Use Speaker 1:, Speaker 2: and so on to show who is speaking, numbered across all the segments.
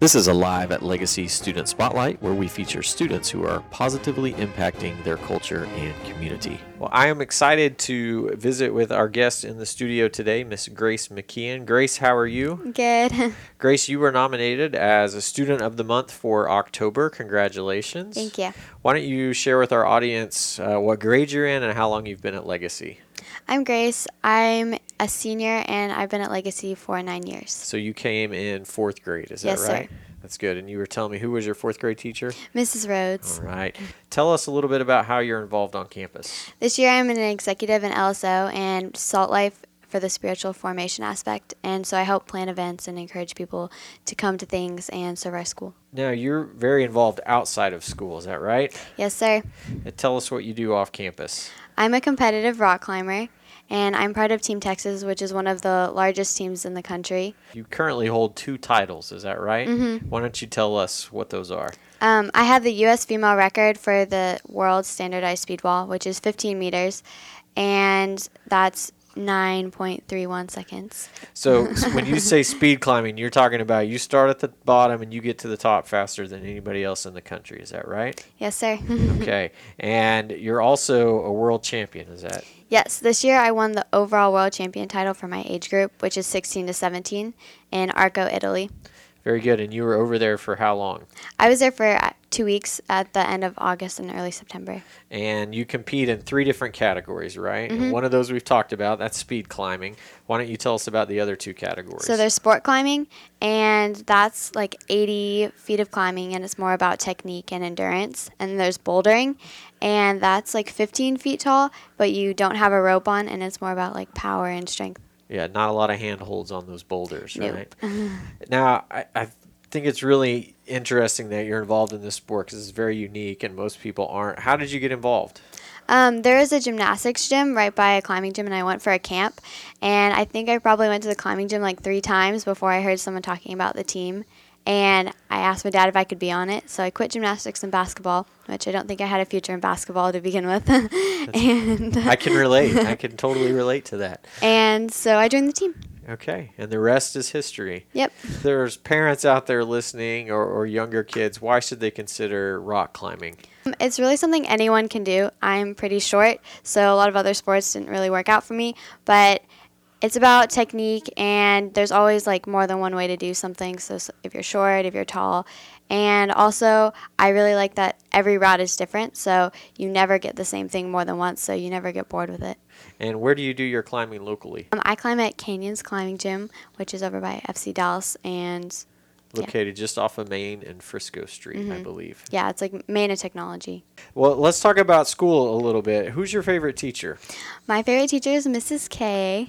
Speaker 1: This is a live at Legacy Student Spotlight where we feature students who are positively impacting their culture and community.
Speaker 2: Well, I am excited to visit with our guest in the studio today, Miss Grace McKeon. Grace, how are you?
Speaker 3: Good.
Speaker 2: Grace, you were nominated as a Student of the Month for October. Congratulations.
Speaker 3: Thank you.
Speaker 2: Why don't you share with our audience uh, what grade you're in and how long you've been at Legacy?
Speaker 3: I'm Grace. I'm a senior and I've been at Legacy for nine years.
Speaker 2: So you came in fourth grade, is
Speaker 3: Yes,
Speaker 2: that
Speaker 3: sir.
Speaker 2: right? That's good. And you were telling me who was your fourth grade teacher?
Speaker 3: Mrs. Rhodes.
Speaker 2: All right. Tell us a little bit about how you're involved on campus.
Speaker 3: This year I'm an executive in LSO and Salt Life for the spiritual formation aspect. And so I help plan events and encourage people to come to things and serve our school.
Speaker 2: Now, you're very involved outside of school, is that right?
Speaker 3: Yes, sir.
Speaker 2: Uh, Tell us what you do off campus.
Speaker 3: I'm a competitive rock climber and I'm part of Team Texas, which is one of the largest teams in the country.
Speaker 2: You currently hold two titles, is that right? Why don't you tell us what those are?
Speaker 3: Um, I have the U.S. female record for the world standardized speed wall, which is 15 meters, and that's 9.31 seconds.
Speaker 2: So, s- when you say speed climbing, you're talking about you start at the bottom and you get to the top faster than anybody else in the country, is that right?
Speaker 3: Yes, sir.
Speaker 2: Okay. And you're also a world champion, is that?
Speaker 3: yes, this year I won the overall world champion title for my age group, which is 16 to 17, in Arco, Italy.
Speaker 2: Very good. And you were over there for how long?
Speaker 3: I was there for uh, two weeks at the end of August and early September.
Speaker 2: And you compete in three different categories, right?
Speaker 3: Mm-hmm.
Speaker 2: And one of those we've talked about, that's speed climbing. Why don't you tell us about the other two categories?
Speaker 3: So there's sport climbing, and that's like 80 feet of climbing, and it's more about technique and endurance. And there's bouldering, and that's like 15 feet tall, but you don't have a rope on, and it's more about like power and strength.
Speaker 2: Yeah, not a lot of handholds on those boulders,
Speaker 3: Nope.
Speaker 2: right? now, I, I think it's really interesting that you're involved in this sport because it's very unique and most people aren't. How did you get involved?
Speaker 3: Um, there is a gymnastics gym right by a climbing gym, and I went for a camp. And I think I probably went to the climbing gym like three times before I heard someone talking about the team. And I asked my dad if I could be on it, so I quit gymnastics and basketball, which I don't think I had a future in basketball to begin with. and
Speaker 2: I can relate. I can totally relate to that.
Speaker 3: And so I joined the team.
Speaker 2: Okay, and the rest is history.
Speaker 3: Yep.
Speaker 2: If There's parents out there listening or, or younger kids. Why should they consider rock climbing?
Speaker 3: Um, It's really something anyone can do. I'm pretty short, so a lot of other sports didn't really work out for me, but it's about technique and there's always like more than one way to do something. So s- if you're short, if you're tall, and also I really like that every route is different, so you never get the same thing more than once, so you never get bored with it.
Speaker 2: And where do you do your climbing locally?
Speaker 3: Um, I climb at Canyons Climbing Gym, which is over by FC Dallas, and Yeah. Mm-hmm.
Speaker 2: Located just off of Main and Frisco Street, I believe.
Speaker 3: yeah, it's like Mana Technology.
Speaker 2: Well, let's talk about school a little bit. Who's your favorite teacher?
Speaker 3: My favorite teacher is Mrs. K.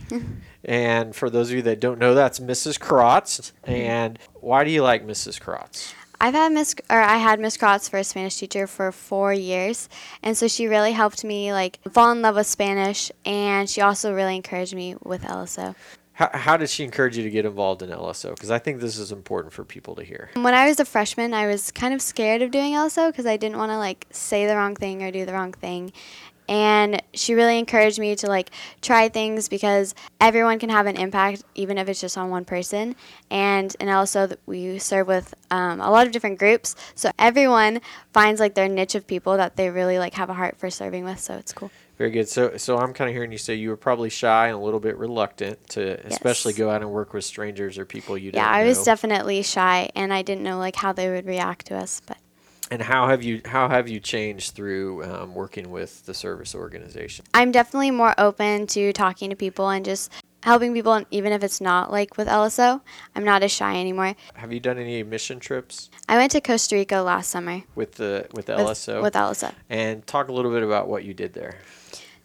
Speaker 2: And for those of you that don't know, that's Mrs. Krotz.
Speaker 3: Mm-hmm.
Speaker 2: And why do you like Mrs. Krotz?
Speaker 3: I've had Miss or I had Miss Kratz for a Spanish teacher for four years, and so she really helped me like fall in love with Spanish, and she also really encouraged me with LSO.
Speaker 2: How, how did she encourage you to get involved in LSO? Because I think this is important for people to hear.
Speaker 3: When I was a freshman, I was kind of scared of doing LSO because I didn't want to like say the wrong thing or do the wrong thing. And she really encouraged me to like try things because everyone can have an impact, even if it's just on one person. And in LSO, th- we serve with um, a lot of different groups, so everyone finds like their niche of people that they really like have a heart for serving with. So it's cool.
Speaker 2: Very good. So, so I'm kind of hearing you say you were probably shy and a little bit reluctant to, especially go out and work with strangers or people you
Speaker 3: Yeah,
Speaker 2: don't
Speaker 3: I was
Speaker 2: know.
Speaker 3: definitely shy, and I didn't know like how they would react to us, but.
Speaker 2: and how have you how have you changed through um, working with the service organization?
Speaker 3: I'm definitely more open to talking to people and just helping people, and even if it's not like with LSO. I'm not as shy anymore.
Speaker 2: Have you done any mission trips
Speaker 3: I went to Costa Rica last summer
Speaker 2: with the with the
Speaker 3: with,
Speaker 2: LSO?
Speaker 3: with LSO.
Speaker 2: and talk a little bit about what you did there.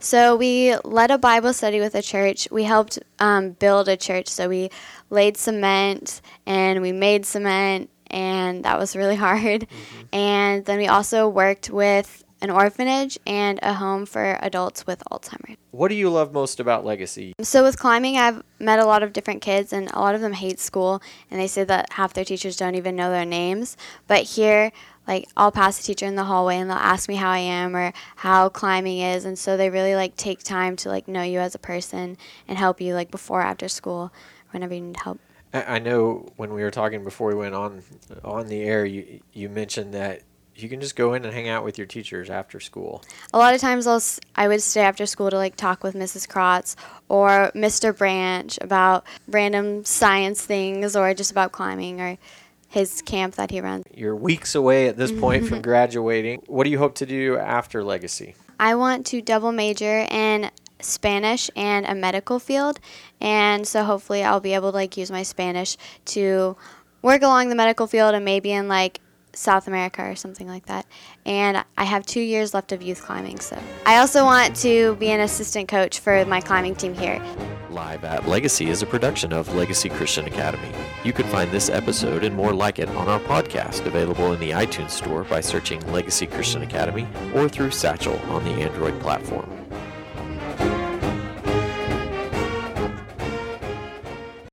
Speaker 3: So we led a Bible study with a church. We helped um, build a church. So we laid cement and we made cement, and that was really hard. And then we also worked with an orphanage and a home for adults with Alzheimer's.
Speaker 2: What do you love most about Legacy?
Speaker 3: So with climbing, I've met a lot of different kids, and a lot of them hate school, and they say that half their teachers don't even know their names. But here, like I'll pass a teacher in the hallway, and they'll ask me how I am or how climbing is, and so they really like take time to like know you as a person and help you like before, or after school, whenever you need help.
Speaker 2: I I know when we were talking before we went on on the air, you you mentioned that you can just go in and hang out with your teachers after school.
Speaker 3: A lot of times I'll, s- I would stay after school to like talk with Mrs. Krotz or Mr. Branch about random science things or just about climbing or his camp that he runs.
Speaker 2: You're weeks away at this point from graduating. What do you hope to do after Legacy?
Speaker 3: I want to double major in Spanish and a medical field, and so hopefully I'll be able to like use my Spanish to work along the medical field and maybe in like South America or something like that. And I have two years left of youth climbing, so I also want to be an assistant coach for my climbing team here.
Speaker 1: Live at Legacy is a production of Legacy Christian Academy. You can find this episode and more like it on our podcast, available in the iTunes Store by searching Legacy Christian Academy or through Satchel on the Android platform.